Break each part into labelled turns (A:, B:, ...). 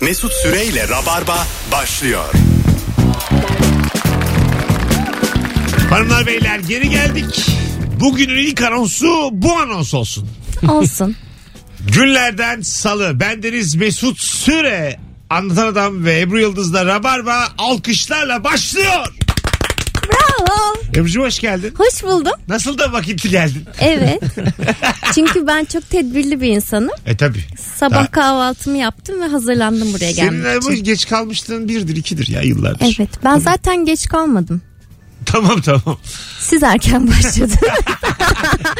A: Mesut Süreyle Rabarba başlıyor.
B: Hanımlar beyler geri geldik. Bugünün ilk anonsu bu anons olsun.
C: Olsun.
B: Günlerden salı. Bendeniz Mesut Süre. Anlatan Adam ve Ebru Yıldız'la Rabarba alkışlarla başlıyor.
C: Bravo.
B: Ebru'cum hoş geldin.
C: Hoş buldum.
B: Nasıl da vakitli geldin?
C: Evet. Çünkü ben çok tedbirli bir insanım.
B: E tabi.
C: Sabah kahvaltımı yaptım ve hazırlandım buraya
B: Senin
C: gelmek
B: bu
C: için.
B: geç kalmışlığın birdir ikidir ya yıllardır.
C: Evet ben zaten geç kalmadım.
B: Tamam tamam.
C: Siz erken başladınız.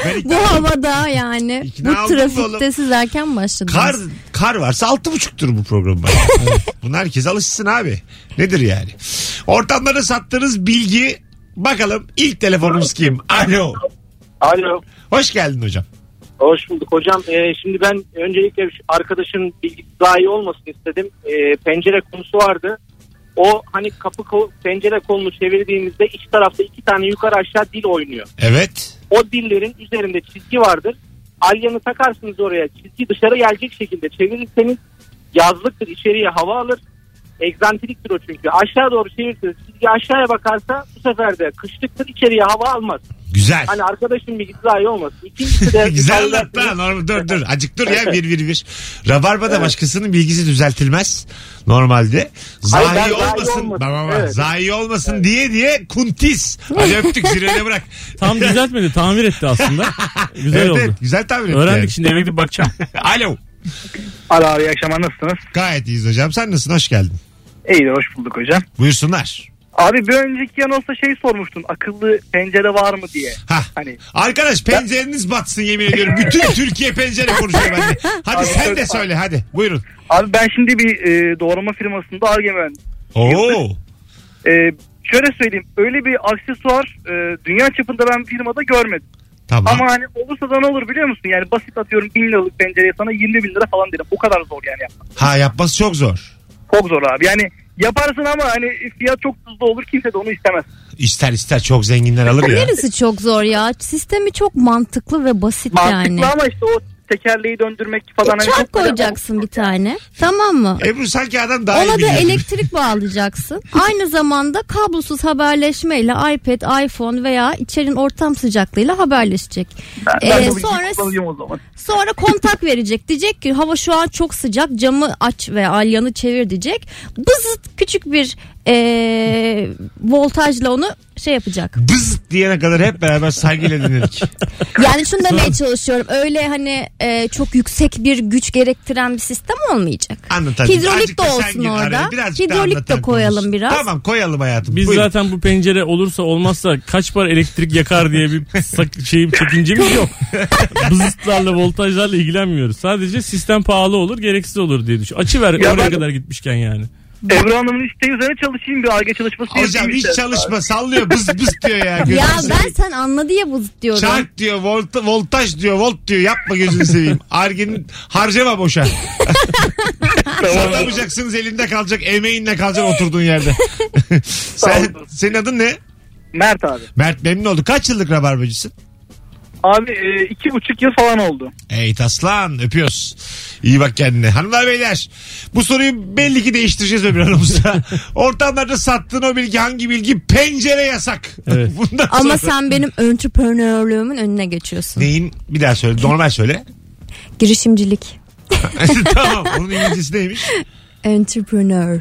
B: Ben
C: bu havada yani.
B: İkna
C: Bu
B: oldum
C: trafikte
B: oğlum.
C: siz erken başladınız.
B: Kar kar varsa altı buçuktur bu program. bana. Bunu herkes alışsın abi. Nedir yani? Ortamlara sattığınız bilgi bakalım ilk telefonumuz kim? Alo.
D: Alo.
B: Hoş geldin hocam.
D: Hoş bulduk hocam. Ee, şimdi ben öncelikle şu arkadaşın bilgisi daha iyi olmasın istedim. Ee, pencere konusu vardı. O hani kapı kol- pencere kolunu çevirdiğimizde iç tarafta iki tane yukarı aşağı dil oynuyor.
B: Evet.
D: O dillerin üzerinde çizgi vardır. Alyanı takarsınız oraya çizgi dışarı gelecek şekilde çevirirseniz yazlıktır içeriye hava alır. Egzantriktir o çünkü. Aşağı doğru çevirirseniz çizgi aşağıya bakarsa bu sefer de kışlıktır içeriye hava almaz.
B: Güzel.
D: Hani arkadaşın bilgisi daha iyi olmasın. İkincisi de
B: Güzel laf lan. Normal- Dur dur. Acık dur ya. Bir bir bir. Rabarba'da başkasının bilgisi düzeltilmez. Normalde. Zayi
D: Hayır, ben zayi
B: olmasın.
D: olmasın.
B: Tamam, tamam.
D: Evet.
B: Zayi olmasın diye diye kuntis. Hadi öptük zirvede bırak.
E: Tam düzeltmedi tamir etti aslında. Güzel
B: Evet,
E: oldu.
B: evet, güzel tahmin ettin.
E: Öğrendik şimdi eve gidip bakacağım.
B: yani. Alo.
F: Alo abi iyi akşamlar nasılsınız?
B: Gayet iyiyiz hocam. Sen nasılsın? Hoş geldin.
F: İyidir hoş bulduk hocam.
B: Buyursunlar.
F: Abi bir önceki anonsta şey sormuştun akıllı pencere var mı diye.
B: Hah.
F: Hani
B: Arkadaş pencereniz batsın yemin ediyorum. Bütün Türkiye pencere konuşuyor bende. Hadi
F: Abi,
B: sen
F: söyle-
B: de söyle hadi. Buyurun.
F: abi ben şimdi bir e, doğrama firmasında arge mühendisiyim.
B: Oo.
F: E, şöyle söyleyeyim öyle bir aksesuar e, dünya çapında ben firmada görmedim.
B: Tamam.
F: Ama hani olursa da ne olur biliyor musun? Yani basit atıyorum 1000 liralık pencereye sana 20 bin lira falan derim. O kadar zor yani yapmak.
B: Ha yapması çok zor.
F: Çok zor abi. Yani yaparsın ama hani fiyat çok tuzlu olur kimse de onu istemez.
B: İster ister çok zenginler alır ya.
C: Neresi çok zor ya? Sistemi çok mantıklı ve basit
F: Mantıklı
C: yani. E,
F: ama işte o tekerleği döndürmek falan. hani
C: Çarp
F: çok böyle-
C: koyacaksın bir tane. Tamam mı?
B: Ebru E, sanki adam daha iyi
C: Ona da
B: biliyor.
C: elektrik bağlayacaksın. Aynı zamanda kablosuz haberleşmeyle iPad, iPhone veya içerinin ortam sıcaklığıyla haberleşecek.
F: Ben, ben
C: Ee,
F: bu bilgiyi
C: sonra
F: kullanıyorum o zaman.
C: sonra kontak verecek. Diyecek ki hava şu an çok sıcak camı aç ve alyanı çevir diyecek. Bızıt küçük bir ee, voltajla onu şey yapacak.
B: Bız diyene kadar hep beraber saygıyla dinledik.
C: Yani şunu demeye çalışıyorum. Öyle hani ee, çok yüksek bir güç gerektiren bir sistem olmayacak.
B: Anlat hadi. Azıcık
C: Hidrolik de
B: sen
C: olsun
B: gir
C: orada.
B: araya. Birazcık da
C: Hidrolik
B: anlatan
C: de koyalım
B: konuş.
C: biraz.
B: Tamam koyalım hayatım.
E: Biz
B: Buyurun.
E: zaten bu pencere olursa olmazsa kaç para elektrik yakar diye bir sak- şeyim çekincemiz yok. Bızıtlarla voltajlarla ilgilenmiyoruz. Sadece sistem pahalı olur gereksiz olur diye düşün. Açı ver
F: Ya
E: oraya
F: ben-
E: kadar gitmişken yani.
F: Ebru Hanım'ın isteği üzerine çalışayım bir ARGE çalışması
B: Hocam hiç çalışma sallıyor bız bız diyor ya. gözünü
C: Ya
B: seveyim.
C: ben sen anladı ya bu diyorum.
B: Çark diyor, volt, voltaj diyor, volt diyor. Yapma gözünü seveyim. Argin harcama boşa. Satamayacaksınız elinde kalacak, emeğinle kalacak oturduğun yerde. Sen,
F: olun.
B: senin adın ne?
F: Mert abi.
B: Mert memnun oldu. Kaç yıllık rabarbacısın?
F: Abi e, iki buçuk yıl falan oldu.
B: Ey aslan öpüyoruz. İyi bak kendine. Hanımlar beyler bu soruyu belli ki değiştireceğiz öbür aramızda. Ortamlarda sattığın o bilgi hangi bilgi? Pencere yasak.
E: Evet.
B: Bundan
C: Ama
B: sonra-
C: sen benim entrepreneurluğumun önüne geçiyorsun.
B: Neyin? Bir daha söyle. Normal söyle.
C: Girişimcilik.
B: tamam. Onun İngilizcesi neymiş?
C: Entrepreneur.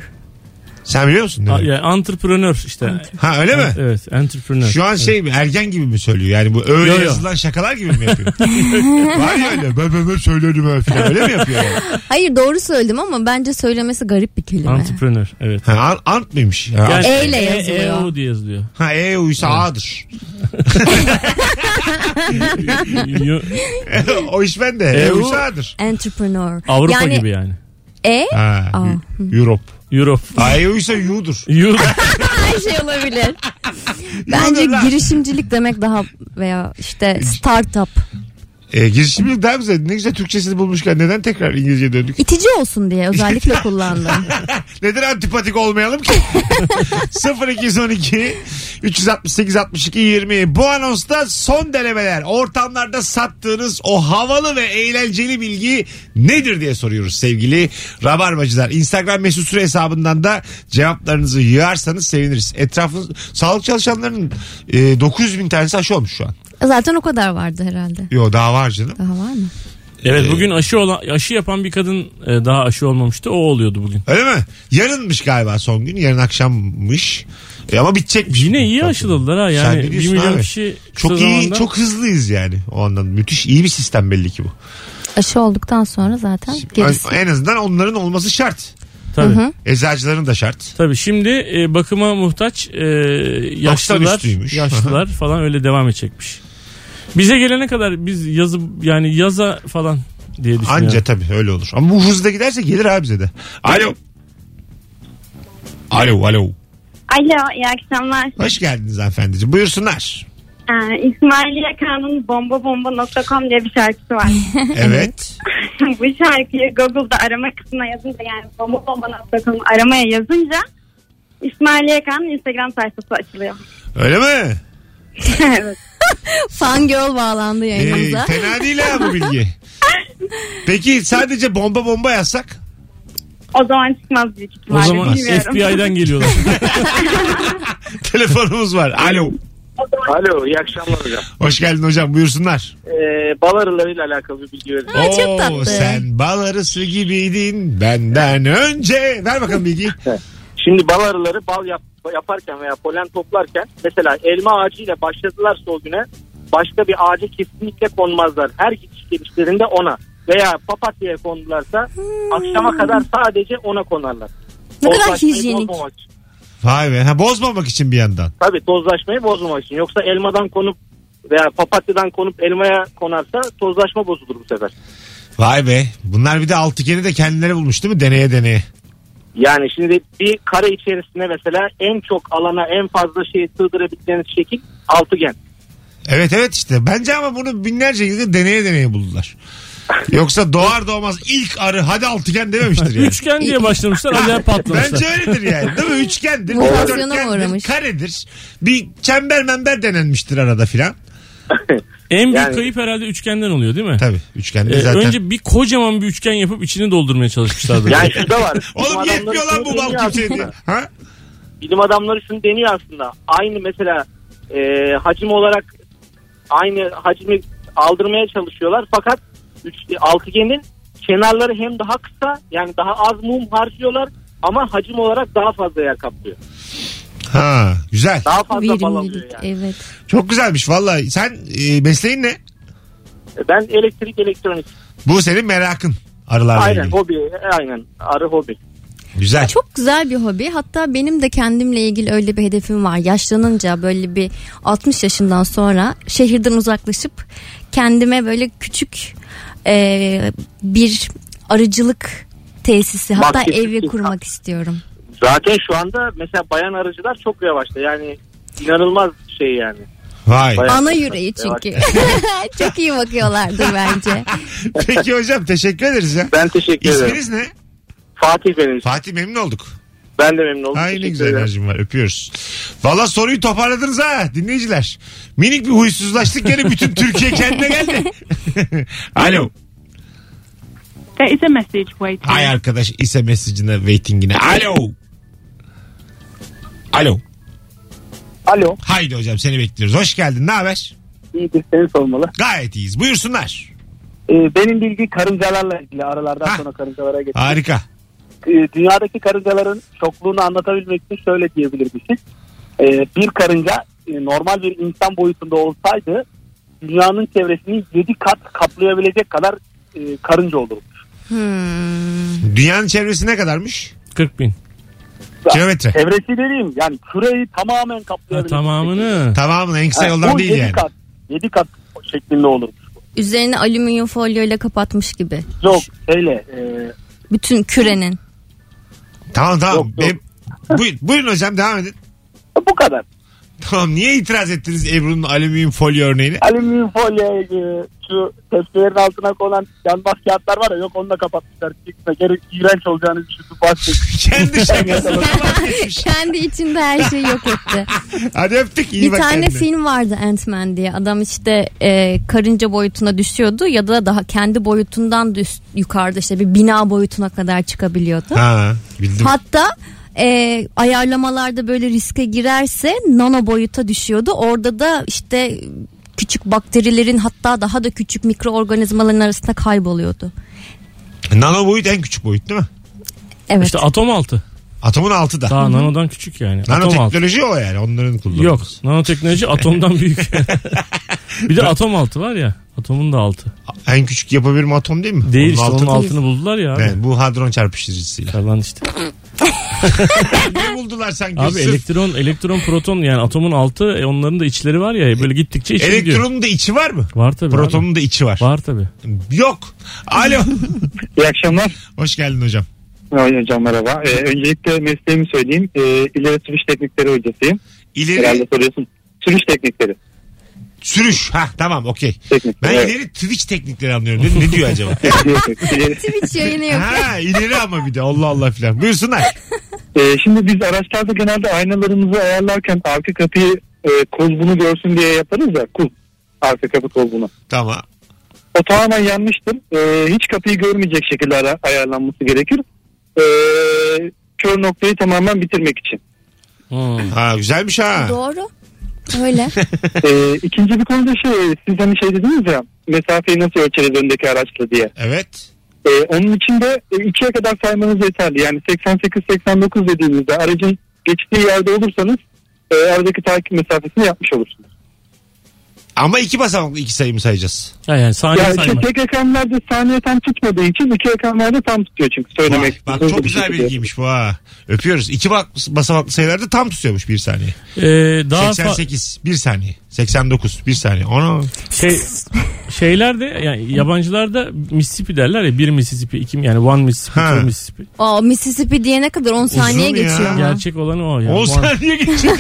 B: Sen biliyor musun? ne
E: Ha,
B: demek?
E: yani entrepreneur işte.
B: Ha öyle mi?
E: Evet entrepreneur.
B: Şu an şey mi ergen gibi mi söylüyor? Yani bu öyle
E: Yo, yo.
B: yazılan şakalar gibi mi yapıyor? Var ya öyle ben ben ben söylerim ha falan öyle mi yapıyor? Yani?
C: Hayır doğru söyledim ama bence söylemesi garip bir kelime.
E: Entrepreneur evet.
B: Ha, an- ant mıymış? Ha,
E: Yani
C: E ile
E: E-
C: yazılıyor.
E: E-O diye yazılıyor.
B: ha e uysa a'dır.
E: Yo-
B: o iş bende. E,
E: E, u-
B: uysa a'dır.
C: Entrepreneur.
E: Avrupa gibi yani.
C: E
B: Ha,
C: Aa.
B: Eu- Europe.
E: Europe.
B: Ha e uysa yu'dur.
E: Europe.
C: her şey olabilir. Bence
B: Yu'dur lan.
C: girişimcilik demek daha veya işte startup.
B: E, girişimcilik daha güzel. Ne güzel Türkçesini bulmuşken neden tekrar İngilizceye döndük?
C: İtici olsun diye özellikle kullandım.
B: Neden antipatik olmayalım ki? 0212 368 62 20 Bu anonsta son denemeler. Ortamlarda sattığınız o havalı ve eğlenceli bilgi nedir diye soruyoruz sevgili Rabarbacılar. Instagram mesut süre hesabından da cevaplarınızı yığarsanız seviniriz. Etrafınız sağlık çalışanlarının e, 900 bin tanesi aşı olmuş şu an.
C: Zaten o kadar vardı herhalde.
B: Yo daha var canım.
C: Daha var mı?
B: Ee,
E: Evet bugün aşı olan aşı yapan bir kadın e, daha aşı olmamıştı. O oluyordu bugün.
B: Öyle mi? Yarınmış galiba son gün. Yarın akşammış. E, ama bitecekmiş.
E: Yine iyi aşıladılar ha
B: Sen ne
E: yani. 1
B: diyorsun
E: milyon
B: abi?
E: kişi kısa
B: Çok iyi,
E: zamanda-
B: çok hızlıyız yani o andan. Müthiş iyi bir sistem belli ki bu.
C: Aşı olduktan sonra zaten gerisi.
B: En azından onların olması şart.
E: Tabii.
B: Eczacıların da şart.
E: Tabii şimdi e, bakıma muhtaç e, yaşlılar,
B: üstüymüş.
E: yaşlılar falan öyle devam edecekmiş. Bize gelene kadar biz yazı yani yaza falan diye düşünüyorum.
B: Anca tabii öyle olur. Ama bu hızla giderse gelir abi bize de. Alo. Alo alo.
G: Alo iyi akşamlar.
B: Hoş geldiniz hanımefendiciğim. Buyursunlar.
G: Ee, İsmail Yakan'ın bombabomba.com diye bir şarkısı var.
B: Evet.
G: Bu şarkıyı Google'da arama kısmına yazınca yani bombabomba.com aramaya yazınca İsmail Yakan'ın Instagram sayfası açılıyor.
B: öyle mi?
G: evet.
C: Fan girl bağlandı
B: Ee,
C: yayınımıza.
B: fena değil ha bu bilgi. Peki sadece bomba bomba yazsak?
G: O zaman çıkmaz büyük
E: O
G: ihtimalle.
E: zaman
G: bilmiyorum.
E: FBI'den geliyorlar.
B: Telefonumuz var. Alo.
D: Alo iyi akşamlar hocam.
B: Hoş geldin hocam buyursunlar.
D: Ee, bal arılarıyla alakalı bir bilgi vereceğim.
C: Ha, çok tatlı.
B: Sen bal arısı gibiydin benden önce. Ver bakalım bilgiyi.
D: Şimdi bal arıları bal yap, yaparken veya polen toplarken mesela elma ağacıyla başladılarsa o güne başka bir ağaca kesinlikle konmazlar. Her gidiş gelişlerinde ona veya papatya'ya kondularsa akşama kadar sadece ona konarlar.
C: Ne kadar
D: Tozlaşmayı
C: hijyenik.
D: bozmamak için.
B: Vay be. Ha, bozmamak için bir yandan.
D: Tabii tozlaşmayı bozmamak için. Yoksa elmadan konup veya papatyadan konup elmaya konarsa tozlaşma bozulur bu sefer.
B: Vay be. Bunlar bir de altıgeni de kendileri bulmuş değil mi? Deneye deneye.
D: Yani şimdi bir kare içerisinde mesela en çok alana en fazla şeyi sığdırabileceğiniz şekil altıgen.
B: Evet evet işte. Bence ama bunu binlerce yıldır deneye deneye buldular. Yoksa doğar doğmaz ilk arı hadi altıgen dememiştir yani.
E: Üçgen diye başlamışlar acayip patlamışlar.
B: Bence öyledir yani. Değil mi? Üçgendir,
C: Mutasyona
B: dörtgendir,
C: uğramış.
B: karedir. Bir çember member denenmiştir arada filan.
E: En büyük
D: Yani-
E: kayıp herhalde üçgenden oluyor değil mi?
B: Tabii üçgende
E: Ee,
B: zaten.
E: Önce bir kocaman bir üçgen yapıp içini doldurmaya çalışmışlardı.
D: Yani şu da var.
B: Oğlum
D: Bilim
B: yetmiyor
D: adamları
B: lan bu
D: şunu
B: bal
D: deniyor
B: kimseye diye.
D: aslında.
B: Ha?
D: Bilim adamları şunu deniyor aslında. Aynı mesela e, hacim olarak aynı hacmi aldırmaya çalışıyorlar. Fakat üç, altıgenin kenarları hem daha kısa yani daha az mum harcıyorlar ama hacim olarak daha fazla yer kaplıyor.
B: Ha, güzel.
D: Daha fazla bal alıyor
C: Verimlilik.
D: yani.
C: Evet.
B: Çok güzelmiş vallahi. Sen e, mesleğin ne?
D: E, Ben elektrik elektronik
B: Bu senin merakın arılarla
D: aynen
B: ilgili.
D: hobi aynen arı hobi.
B: Güzel.
C: Çok güzel bir hobi. Hatta benim de kendimle ilgili öyle bir hedefim var. Yaşlanınca böyle bir 60 yaşından sonra şehirden uzaklaşıp kendime böyle küçük e, bir arıcılık tesisi hatta
D: Bahçe
C: evi
D: çiftliği.
C: kurmak istiyorum.
D: Zaten şu anda mesela bayan arıcılar çok yavaşta yani inanılmaz şey yani.
B: Vay.
D: Bayağı-
C: Ana yüreği çünkü. Çok iyi bakıyorlardır bence.
B: Peki hocam teşekkür ederiz ya.
D: Ben teşekkür ederim.
B: İsminiz ne?
D: Fatih benim.
B: Fatih memnun olduk.
D: Ben de memnun oldum.
B: Ay ne
D: Teşekkür
B: güzel
D: ederim.
B: enerjim var öpüyoruz. Valla soruyu toparladınız ha dinleyiciler. Minik bir huysuzlaştık gene bütün Türkiye kendine geldi. Alo.
H: There is a message waiting.
B: Ay arkadaş ise mesajına waitingine. Alo. Alo.
F: Alo.
B: Haydi hocam seni bekliyoruz. Hoş geldin ne haber?
F: İyidir seni sormalı.
B: Gayet iyiyiz buyursunlar.
F: Ee, benim bilgi karıncalarla ilgili aralardan
B: Ha.
F: sonra karıncalara geçtim.
B: Harika.
F: Ee, dünyadaki karıncaların çokluğunu anlatabilmek için şöyle diyebilirmişiz. Ee, bir karınca e, normal bir insan boyutunda olsaydı dünyanın çevresini 7 kat kaplayabilecek kadar e, karınca olur.
C: Hmm.
B: Dünyanın çevresi ne kadarmış?
E: 40 bin.
B: Kilometre.
F: Çevresi dediğim yani küreyi tamamen
E: Ha,
F: kaplayabilecek.
E: tamamını.
B: Tamamın en kısa
F: Ha,
B: yoldan
F: bu
B: değil
F: yedi
B: yani.
F: Kat, 7 kat şeklinde olur.
C: Üzerine alüminyum folyoyla kapatmış gibi.
F: Yok şeyle e,
C: Bütün kürenin.
B: Tamam tamam.
F: Yok, yok.
B: Benim- Buyur- buyurun hocam devam edin.
F: bu kadar.
B: Tamam niye itiraz ettiniz Ebru'nun alüminyum folyo örneğine?
F: Alüminyum folyo e, şu tepsilerin altına konan yanmaz kağıtlar var ya yok onu da kapatmışlar. Çıkma geri iğrenç olacağını düşündüm. şey Başlayın.
B: Kendi şakasını bahsetmiş.
C: Kendi içinde her şeyi yok etti.
B: Hadi öptük iyi
C: bir
B: bak
C: tane
B: kendine.
C: film vardı Ant-Man diye. Adam işte e, karınca boyutuna düşüyordu ya da daha kendi boyutundan düş, yukarıda işte bir bina boyutuna kadar çıkabiliyordu.
B: Ha bildim.
C: Hatta e, ayarlamalarda böyle riske girerse nano boyuta düşüyordu. Orada da işte küçük bakterilerin hatta daha da küçük mikroorganizmaların arasında kayboluyordu.
B: Nano boyut en küçük boyut değil mi?
C: Evet.
E: İşte atom altı.
B: Atomun altı da.
E: Daha nanodan küçük yani. Atom altı.
B: Nanoteknoloji o yani onların kullanımı.
E: Yok. Nanoteknoloji atomdan büyük. bir de atom altı var ya. Atomun da altı.
B: En küçük yapabilir mi atom değil mi?
E: Değil işte
B: altı-
E: onun altını buldular ya abi.
B: Evet, bu hadron çarpıştırıcısıyla.
E: Yalan işte.
B: ne buldular sanki?
E: Abi
B: Sırf
E: elektron, elektron, proton yani atomun altı e, onların da içleri var ya böyle gittikçe içe gidiyor.
B: elektronun da içi var mı?
E: Var tabii. abi.
B: Protonun da içi var.
E: Var tabii.
B: Yok. Alo.
I: İyi akşamlar.
B: Hoş geldin hocam.
I: Ay, Hocam merhaba. Ee, öncelikle mesleğimi söyleyeyim. Ee, ileri sürüş teknikleri hocasıyım.
B: İleri
I: Herhalde soruyorsun. Sürüş teknikleri.
B: sürüş. Ha tamam okey.
I: Teknik.
B: Ben
I: Evet.
B: ileri Twitch teknikleri anlıyorum. Ne, ne diyor acaba?
I: İleri-
C: Twitch yayını yok.
B: ha ileri ama bir de Allah Allah filan. Buyursunlar.
I: Ee, şimdi biz araçlarda genelde aynalarımızı ayarlarken arka kapıyı e, kolbunu görsün diye yaparız ya. Kul. Arka kapı kolbunu.
B: Tamam.
I: O tamamen yanlıştır. Ee, hiç kapıyı görmeyecek şekilde ara- ayarlanması gerekir. Ee, kör noktayı tamamen bitirmek için.
E: Hmm.
B: Ha güzelmiş ha.
C: Doğru. Öyle.
I: Ee, ikinci bir konu da şey, siz hani şey dediniz ya mesafeyi nasıl ölçeriz öndeki araçla diye.
B: Evet.
I: Ee, onun için de e, ikiye kadar saymanız yeterli. Yani 88-89 dediğinizde aracın geçtiği yerde olursanız e, aradaki takip mesafesini yapmış olursunuz.
B: Ama iki basamaklı iki sayımı sayacağız.
E: Ha yani saniye
I: Yani işte
E: sayma.
I: tek ekranlarda saniye tam tutmadığı için iki ekranlarda tam tutuyor çünkü söylemek.
B: Vay, bak
I: istediğim
B: çok
I: bir şey
B: güzel
I: şekilde.
B: bilgiymiş bu ha. Öpüyoruz. İki bak, basamaklı sayılarda tam tutuyormuş bir saniye.
E: Ee, daha fa-
B: 88 bir saniye. 89 bir saniye. Onu
E: şey şeyler de yani yabancılar da Mississippi derler ya bir Mississippi iki yani one Mississippi
B: Ha.
E: two Mississippi.
C: Aa, Mississippi diye ne kadar 10 saniye
B: ya.
C: geçiyor. ama.
E: Gerçek olan o yani.
B: 10
E: One-
B: saniye geçiyor.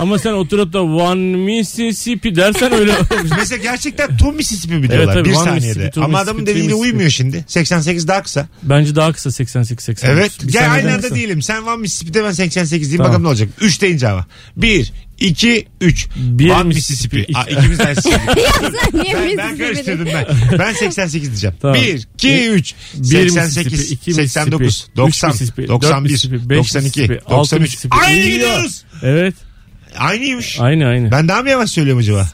E: Ama sen oturup da one Mississippi dersen öyle
B: Mesela gerçekten Tom Mississippi mi diyorlar
E: tabii,
B: bir
E: one
B: saniyede.
E: Mississippi, two
B: Ama
E: Mississippi,
B: adamın
E: three
B: dediğine
E: Mississippi.
B: uymuyor şimdi. 88 daha kısa.
E: Bence daha kısa 88 89.
B: Evet.
E: Bir
B: Gel
E: saniyeden
B: aynı anda
E: kısa.
B: değilim. Sen Van Mississippi'de ben 88 diyeyim.
E: Tamam.
B: Bakalım ne olacak. 3 deyince ama. 1, 2, 3.
E: Bir
B: Van
E: Mississippi.
B: Mississippi. Aa, ikimiz de aynısı.
C: Sen niye
B: ben, ben
C: Mississippi'de-
B: karıştırdım ben. Ben 88 diyeceğim.
E: Tamam.
B: 1, 2, 3.
E: Bir
B: 88,
E: Mississippi, iki
B: 89,
E: Mississippi,
B: 90,
E: üç Mississippi, dört
B: 91,
E: Mississippi, beş
B: 92,
E: Mississippi, altı
B: 93.
E: Mississippi.
B: Aynı
E: Gidiyor.
B: gidiyoruz.
E: Evet.
B: Aynıymış.
E: Aynı aynı.
B: Ben daha mı yavaş söylüyorum acaba?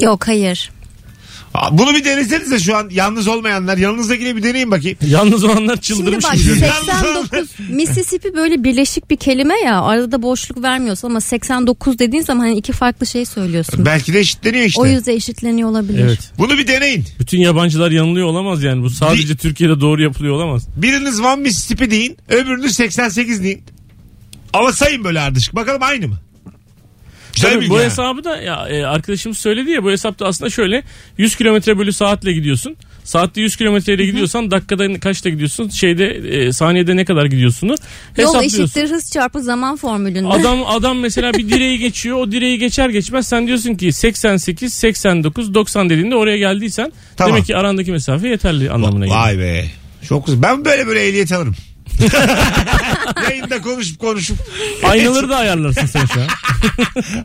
C: Yok hayır.
B: Aa, Bunu bir denesenize şu an yalnız olmayanlar. Yanınızdakine bir deneyin bakayım.
E: Yalnız olanlar
C: Şimdi
E: çıldırmış
C: bak
E: gibi. görünüyor.
C: 89 Mississippi böyle birleşik bir kelime ya arada boşluk vermiyorsun ama 89 dediğin zaman hani iki farklı şey söylüyorsun.
B: Belki de eşitleniyor işte.
C: O yüzden eşitleniyor olabilir.
E: Evet.
B: Bunu bir deneyin.
E: Bütün yabancılar yanılıyor olamaz yani. Bu sadece Türkiye'de doğru yapılıyor olamaz.
B: Biriniz Van Mississippi deyin. Öbürünüz 88 deyin. Ama sayın böyle ardışık. Bakalım aynı mı? Güzel
E: Tabii
B: bilgi
E: bu
B: ha.
E: hesabı da ya e, arkadaşımız söyledi ya bu hesapta aslında şöyle 100 kilometre bölü saatle gidiyorsun. Saatte 100 kilometreyle gidiyorsan dakikada kaçta gidiyorsun? Şeyde e, saniyede ne kadar gidiyorsun?
C: Yol
E: Hesaplıyorsun.
C: eşittir hız çarpı zaman formülünde.
E: Adam adam mesela bir direği geçiyor. O direği geçer geçmez sen diyorsun ki 88, 89, 90 dediğinde oraya geldiysen
B: Tamam.
E: demek ki arandaki mesafe yeterli anlamına geliyor.
B: Vay be. Çok güzel. Ben böyle böyle ehliyet alırım. Yayında konuşup konuşup
E: Aynaları da ayarlarsın sen şu an.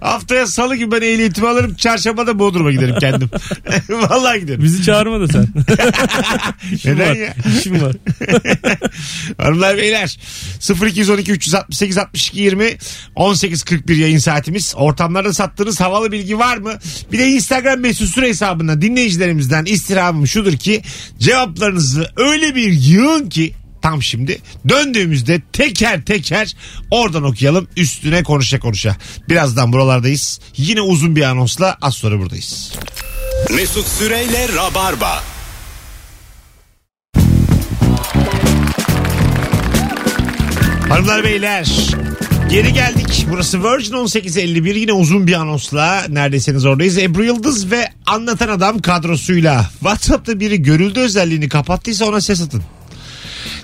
B: haftaya salı gibi ben ehliyetimi alırım. Çarşamba da Bodrum'a giderim kendim. Vallahi giderim.
E: Bizi çağırma da sen. İşim
B: Neden
E: var.
B: ya?
E: İşim var. E,
B: Hanımlar beyler 0212 368 62 20 18.41 yayın saatimiz. Ortamlarda sattığınız havalı bilgi var mı? Bir de Instagram mesut süre hesabından dinleyicilerimizden istirhamım şudur ki cevaplarınızı öyle bir yığın ki tam şimdi döndüğümüzde teker teker oradan okuyalım üstüne konuşa konuşa. Birazdan buralardayız. Yine uzun bir anonsla az sonra buradayız.
A: Mesut Süreyle Rabarba.
B: Hanımlar beyler geri geldik. Burası Virgin 1851 yine uzun bir anonsla neredesiniz oradayız. Ebru Yıldız ve Anlatan Adam kadrosuyla. Whatsapp'ta biri görüldü özelliğini kapattıysa ona ses atın.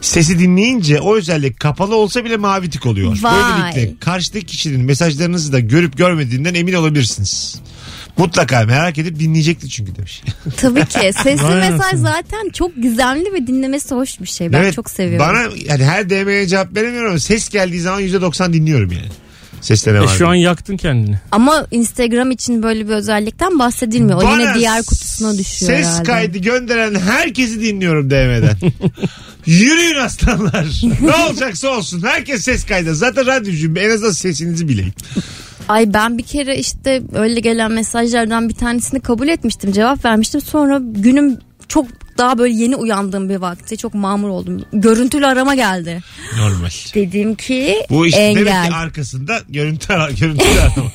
B: sesi dinleyince o özellik kapalı olsa bile mavi tık oluyor.
C: Vay.
B: Böylelikle karşıdaki kişinin mesajlarınızı da görüp görmediğinden emin olabilirsiniz. Mutlaka merak edip dinleyecektir çünkü demiş.
C: Tabii ki. Sesli
E: Vay
C: mesaj
E: anasını.
C: zaten çok gizemli ve dinlemesi hoş bir şey. Ben
B: Evet,
C: çok seviyorum.
B: Bana yani her DM'ye cevap veremiyorum ama ses geldiği zaman %90 dinliyorum yani. Sesle ne
E: E
B: var?
E: şu an yaktın kendini.
C: Ama Instagram için böyle bir özellikten bahsedilmiyor. O
B: Bana
C: yine diğer kutusuna düşüyor
B: Ses
C: herhalde.
B: kaydı gönderen herkesi dinliyorum DM'den. Yürüyün aslanlar. ne olacaksa olsun. Herkes ses kaydı. Zaten radyocuyum. En azından sesinizi bileyim.
C: Ay ben bir kere işte öyle gelen mesajlardan bir tanesini kabul etmiştim. Cevap vermiştim. Sonra günüm çok daha böyle yeni uyandığım bir vakti çok mamur oldum. Görüntülü arama geldi.
B: Normal.
C: Dedim ki
B: Bu işte demek
C: engel.
B: ki arkasında görüntü ara- görüntü arama.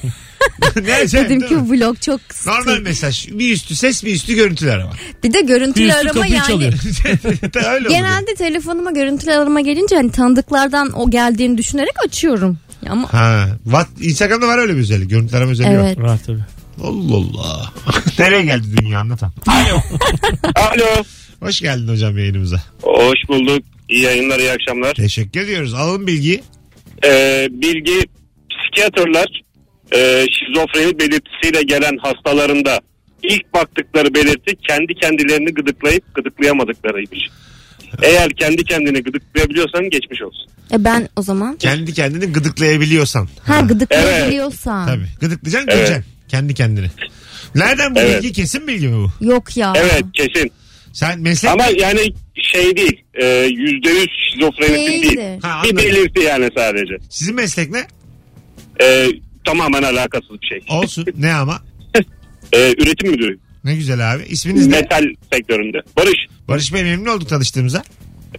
B: Neyse,
C: Dedim
B: değil
C: ki
B: mi?
C: vlog çok
B: Normal mesaj. Bir üstü ses bir üstü görüntüler ama.
C: Bir de
E: Bir
C: görüntülü
E: üstü
C: arama
E: kapıyı
C: yani.
E: çalıyor.
B: Öyle oluyor.
C: Genelde telefonuma görüntülü arama gelince hani tanıdıklardan o geldiğini düşünerek açıyorum. Ya Ama
B: Ha, What, Instagram'da var öyle bir özellik. Görüntü arama özelliği
C: evet.
E: Var tabii.
B: var. Allah Allah. Nereye geldi dünya anlatan.
I: Alo.
B: Hoş geldin hocam yayınımıza.
I: Hoş bulduk. İyi yayınlar, iyi akşamlar.
B: Teşekkür ediyoruz. Alalım bilgiyi.
I: Ee, bilgi psikiyatrlar e, şizofreni belirtisiyle gelen hastalarında ilk baktıkları belirti kendi kendilerini gıdıklayıp gıdıklayamadıklarıymış. Eğer kendi kendini gıdıklayabiliyorsan geçmiş olsun.
C: E ben o zaman
B: Kendi kendini gıdıklayabiliyorsan.
C: ha gıdıklayabiliyorsan.
B: Tabii. Gıdıklayacaksın
I: Evet.
B: göreceksin. Kendi kendini. Nereden bu
I: Evet.
B: bilgi? Kesin bilgi mi bu?
C: Yok ya.
I: Evet kesin.
B: Sen meslek...
I: Ama yani şey değil. e, Yüzde yüz şizofrenisin değil.
C: Değildir.
B: Ha,
I: Bir
B: anladım.
I: belirti yani sadece.
B: Sizin meslek ne?
I: E, tamamen alakasız bir şey.
B: Olsun. ne ama?
I: E, üretim müdürü.
B: Ne güzel abi. İsminiz ne?
I: Metal sektöründe. Barış.
B: Barış Bey memnun olduk tanıştığımıza.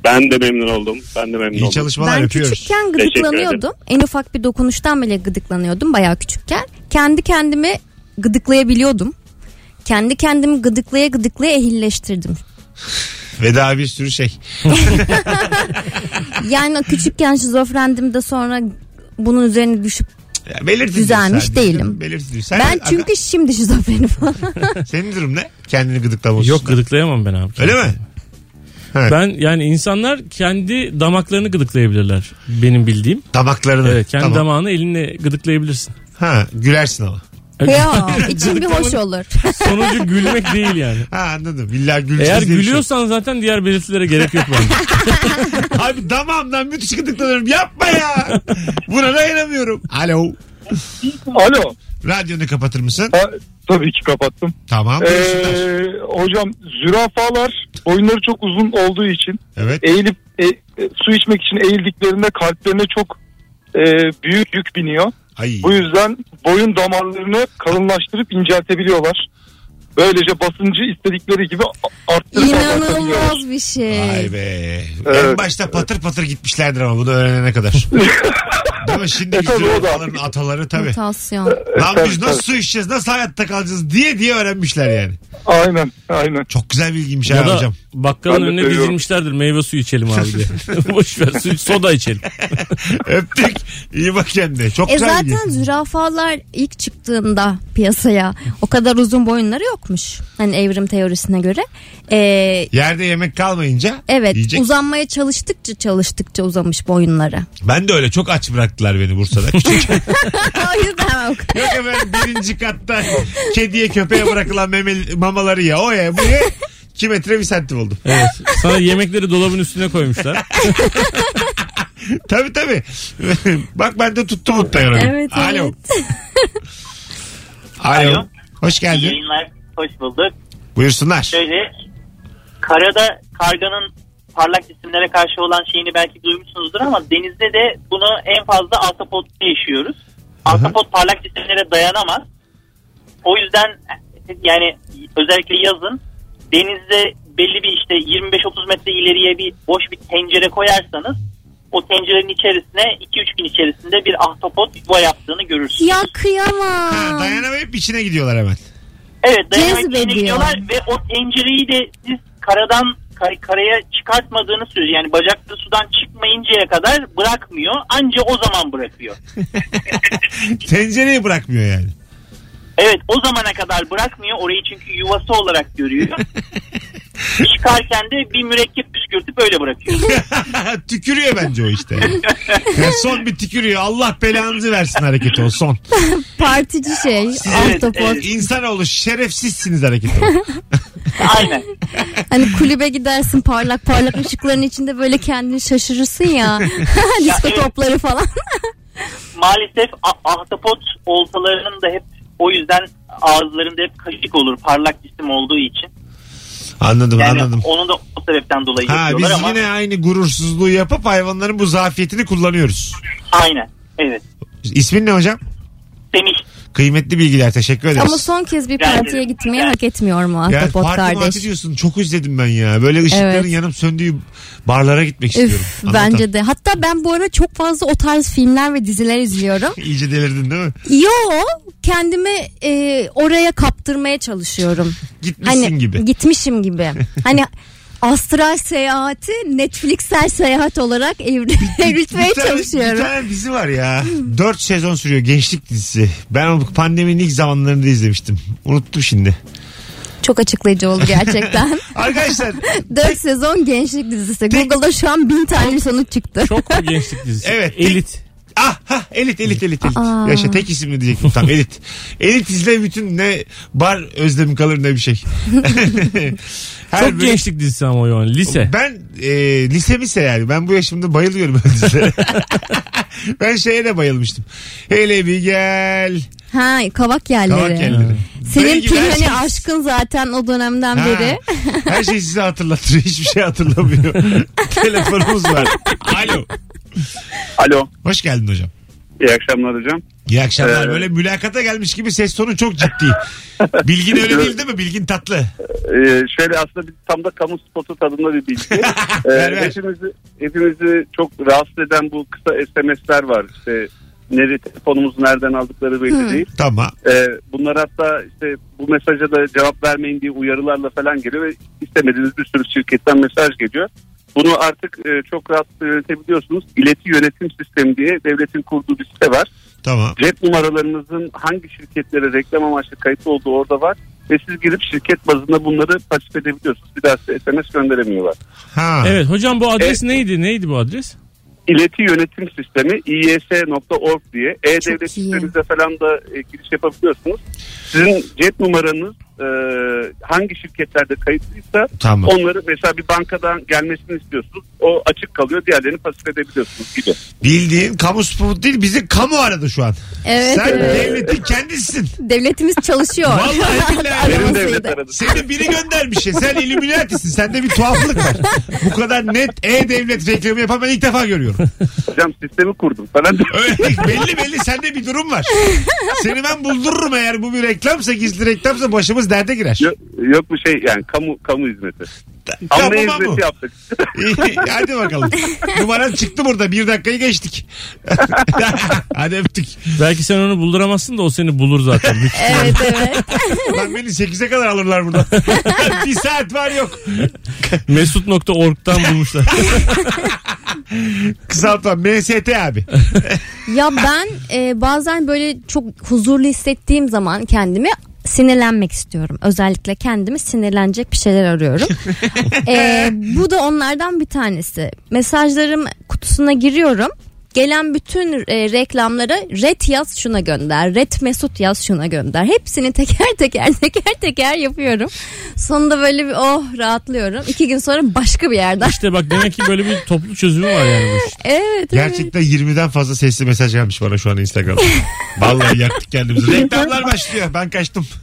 I: Ben de memnun oldum. Ben de memnun
B: İyi
I: oldum.
B: çalışmalar
C: Ben
B: yapıyoruz.
C: küçükken
I: Teşekkür
C: gıdıklanıyordum. En ufak bir dokunuştan bile gıdıklanıyordum bayağı küçükken. Kendi kendimi gıdıklayabiliyordum. Kendi kendimi gıdıklaya gıdıklaya ehilleştirdim.
B: Veda bir sürü şey.
C: Yani küçükken şizofrendim de sonra bunun üzerine düşüp
B: Ya belirtici
C: Düzelmiş
B: sadece.
C: değilim.
B: Belirtici. Sen,
C: ben çünkü şimdi şizofrenim.
B: Senin durum ne? Kendini gıdıklaması.
E: Yok gıdıklayamam ben abi.
B: Öyle mi? Evet.
E: Ben yani insanlar kendi damaklarını gıdıklayabilirler. Benim bildiğim.
B: Damaklarını.
E: Evet kendi
B: Tamam.
E: damağını elinle gıdıklayabilirsin.
B: Ha, gülersin ama.
C: ya içim bir hoş olur.
E: Sonucu gülmek değil yani.
B: Ha anladım. İlla güleceğiz diye
E: Eğer
B: bir şey yok.
E: gülüyorsan zaten diğer belirtilere gerek yok bence.
B: Abi damağımdan müthiş gıdıklanıyorum. Yapma ya. Buna dayanamıyorum. Alo.
I: Alo.
B: Radyonu kapatır mısın?
I: tabii ki kapattım. Ee,
B: Tamam. buyursunlar.
I: hocam zürafalar boyunları çok uzun olduğu için
B: evet.
I: eğilip e, e, su içmek için eğildiklerinde kalplerine çok e, büyük yük biniyor.
B: Ay.
I: Bu yüzden boyun damarlarını kalınlaştırıp inceltebiliyorlar. Böylece basıncı istedikleri gibi a- arttırıp abartabiliyorlar.
C: İnanılmaz bir şey.
B: Vay be. En
I: Evet.
B: başta patır patır gitmişlerdir ama bunu öğrenene kadar. Değil mi? Şimdi
I: E tabii o da. E,
B: ataların ataları tabii.
C: Mutasyon.
B: Lan
I: Tabii,
B: biz nasıl su içeceğiz, nasıl hayatta kalacağız diye diye öğrenmişler yani.
I: Aynen aynen.
B: Çok güzel bilgiymiş
E: ya
B: ha
E: da
B: hocam.
E: bakkalın
I: Ben de
E: önüne
I: seviyorum.
E: dizilmişlerdir meyve suyu içelim abi diye. Boş ver su, soda içelim.
B: Öptük. İyi bak kendine. Çok
C: E
B: güzel
C: zaten
B: bilgi.
C: zürafalar ilk çıktığında piyasaya o kadar uzun boyunları yokmuş. Hani evrim teorisine göre. Ee,
B: Yerde yemek kalmayınca
C: evet
B: yiyecek.
C: uzanmaya çalıştıkça çalıştıkça uzamış boyunları.
B: ben de öyle çok aç bıraktılar beni Bursa'da. Küçük.
C: o yüzden o kadar.
B: Yok efendim birinci katta kediye köpeğe bırakılan memeli, mamaları ya o ya bu ya. 2 metre bir santim oldum.
E: Evet. Sana yemekleri dolabın üstüne koymuşlar.
B: Tabii tabii. Bak ben de tuttum mutlaka.
C: Evet,
B: Alo.
C: evet.
B: Alo.
J: Alo.
B: Hoş
J: İyi
B: geldin.
J: yayınlar. Hoş bulduk.
B: Buyursunlar.
J: Şöyle karada karganın parlak cisimlere karşı olan şeyini belki duymuşsunuzdur ama denizde de bunu en fazla altapotta yaşıyoruz. Altapot parlak cisimlere dayanamaz. O yüzden yani özellikle yazın denizde belli bir işte 25-30 metre ileriye bir boş bir tencere koyarsanız o tencerenin içerisine 2-3 gün içerisinde bir ahtapot yuva yaptığını görürsünüz.
C: ya
B: Ha,
C: kıyamam.
B: danamayıp içine gidiyorlar hemen.
J: Evet dayanamak için
C: Cezbediyor.
J: gidiyorlar ve o tencereyi de siz karadan kar- karaya çıkartmadığınız sürece yani bacakları sudan çıkmayıncaya kadar bırakmıyor. Anca o zaman bırakıyor.
B: Tencereyi bırakmıyor yani.
J: Evet o zamana kadar bırakmıyor. Orayı çünkü yuvası olarak görüyor. Çıkarken de bir mürekkep püskürtüp öyle bırakıyor.
B: tükürüyor bence o işte. Yani son bir tükürüyor. Allah belanızı versin hareketi o son.
C: Partici şey. Ahtapot.
B: İnsanoğlu şerefsizsiniz hareketi. o.
J: Aynen.
B: e-
C: Hani kulübe gidersin parlak parlak ışıkların içinde böyle kendini şaşırırsın ya. Disko
B: e-
J: evet.
C: topları falan.
J: Maalesef a- ahtapot oltalarının da hep o yüzden ağızlarında hep kaşık olur parlak cisim olduğu için.
B: Anladım
J: Yani
B: anladım.
J: onu da o sebepten dolayı
B: Ha biz
J: yapıyorlar ama
B: yine aynı gurursuzluğu yapıp hayvanların bu zafiyetini kullanıyoruz.
J: aynen. Evet.
B: İsmin ne hocam?
J: Semih.
B: Kıymetli bilgiler teşekkür ederiz.
C: Ama son kez bir
J: Yani-
C: partiye gitmeyi hak etmiyor mu
B: Ya
C: ahtapot
B: parti marti
C: kardeş?
B: diyorsun çok özledim ben ya. Böyle ışıkların
C: Evet.
B: yanıp söndüğü barlara gitmek istiyorum.
C: Üf
B: Anlatan.
C: bence de. Hatta ben bu ara çok fazla o tarz filmler ve diziler izliyorum.
B: İyice delirdin değil mi?
C: Yo kendimi e, oraya kaptırmaya çalışıyorum.
B: Gitmişsin
C: hani,
B: gibi.
C: Gitmişim gibi. hani astral seyahati Netflixsel seyahat olarak evri- evrilmeye
B: bir tane,
C: çalışıyorum.
B: bir tane dizi var ya. 4 sezon sürüyor gençlik dizisi. Ben o pandeminin ilk zamanlarında izlemiştim. Unuttum şimdi.
C: Çok açıklayıcı oldu gerçekten.
B: Arkadaşlar
C: 4 sezon gençlik dizisi. Google'da şu an bin tane sonuç çıktı.
E: Çok mu gençlik dizisi?
B: Evet.
E: Elit.
B: ah ha elit elit elit elit.
C: Aa.
B: Yaşa tek isimli diyecektim tam elit. Elit izle bütün ne bar özlemi kalır ne bir şey. Her
E: Çok
B: bölüm-
E: gençlik dizisi ama o yani. Lise.
B: Ben e, lise mise yani. Ben bu yaşımda bayılıyorum öyle dizilere. ben şeye de bayılmıştım. Hele bir gel.
C: Ha kavak yerleri.
B: Kavak yerleri. Dayı
C: Senin
B: gibi her
C: pirhani
B: şey-
C: aşkın zaten o dönemden
B: Ha,
C: beri.
B: Her şey size hatırlatıyor. Hiçbir şey hatırlamıyor. Telefonumuz var. Alo.
I: Alo.
B: Hoş geldin hocam.
I: İyi akşamlar hocam.
B: İyi akşamlar.
I: Ee,
B: Böyle mülakata gelmiş gibi ses tonu çok ciddi. Bilgin öyle değil değil mi? Bilgin tatlı.
I: Ee, şöyle aslında bir, tam da kamu spotu tadında bir bilgi. Ee,
B: Ver, ver.
I: hepimizi, hepimizi çok rahatsız eden bu kısa SMS'ler var. İşte nerede telefonumuzu nereden aldıkları belli değil.
B: Tamam.
I: Ee, bunlar hatta işte bu mesaja da cevap vermeyin diye uyarılarla falan geliyor ve istemediğiniz bir sürü şirketten mesaj geliyor. Bunu artık e, çok rahat yönetebiliyorsunuz. İleti yönetim sistemi diye devletin kurduğu bir site var
B: Tamam.
I: cep numaralarınızın hangi şirketlere reklam amaçlı kayıtlı olduğu orada var. Ve siz girip şirket bazında bunları pasif edebiliyorsunuz. Bir daha size SMS gönderemiyorlar.
B: Ha.
E: Evet hocam bu adres
I: Evet.
E: neydi? Neydi bu adres?
I: İleti yönetim sistemi iys.org diye
C: Çok iyi.
I: e-devlet sisteminize falan da e, giriş yapabiliyorsunuz. Sizin cep numaranız e, hangi şirketlerde kayıtlıysa
B: Tamam.
I: onları mesela bir bankadan gelmesini istiyorsunuz. O açık kalıyor diğerlerini pasif edebiliyorsunuz gibi.
B: Bildiğin kamu spotu değil bizi kamu aradı şu an.
C: Evet,
B: Sen
C: evet.
B: devletin kendisisin.
C: Devletimiz çalışıyor.
B: Vallahi billahi.
I: Benim
C: Aramasıydı.
I: devlet aradı.
B: Seni biri göndermiş ya. Sen Illuminati'sin. Sende bir tuhaflık var. Bu kadar net e-devlet reklamı yapan ben ilk defa görüyorum.
I: Hocam sistemi kurdum falan.
B: Öyle belli belli sende bir durum var. Seni ben buldururum eğer bu bir reklamsa gizli reklamsa başımız derde girer.
I: Yok, yok bu şey yani kamu kamu hizmeti. Anne
B: Tamam mı?
I: hizmeti yaptık.
B: İyi, Hadi bakalım. Numaran çıktı burada. Bir dakikayı geçtik. Hadi öptük.
E: Belki sen onu bulduramazsın da o seni bulur zaten. Büyük ihtimal.
C: Evet evet.
B: Lan beni 8'e kadar alırlar burada. bir saat var yok.
E: Mesut.org'dan bulmuşlar.
B: Kısaltma. MST abi.
C: Ya ben e, bazen böyle çok huzurlu hissettiğim zaman kendimi sinirlenmek istiyorum. Özellikle kendimi sinirlenecek bir şeyler arıyorum. E, bu da onlardan bir tanesi. Mesajlarım kutusuna giriyorum. Gelen bütün e, reklamlara red yaz şuna gönder, red mesut yaz şuna gönder. Hepsini teker teker teker teker yapıyorum. Sonunda böyle bir oh rahatlıyorum. İki gün sonra başka bir yerden.
E: işte bak demek ki böyle bir toplu çözümü var yani bu işte.
C: Evet. evet.
B: Gerçekten 20'den fazla sesli mesaj gelmiş bana şu an Instagram'da. Vallahi yaktık kendimizi. Reklamlar başlıyor. Ben kaçtım.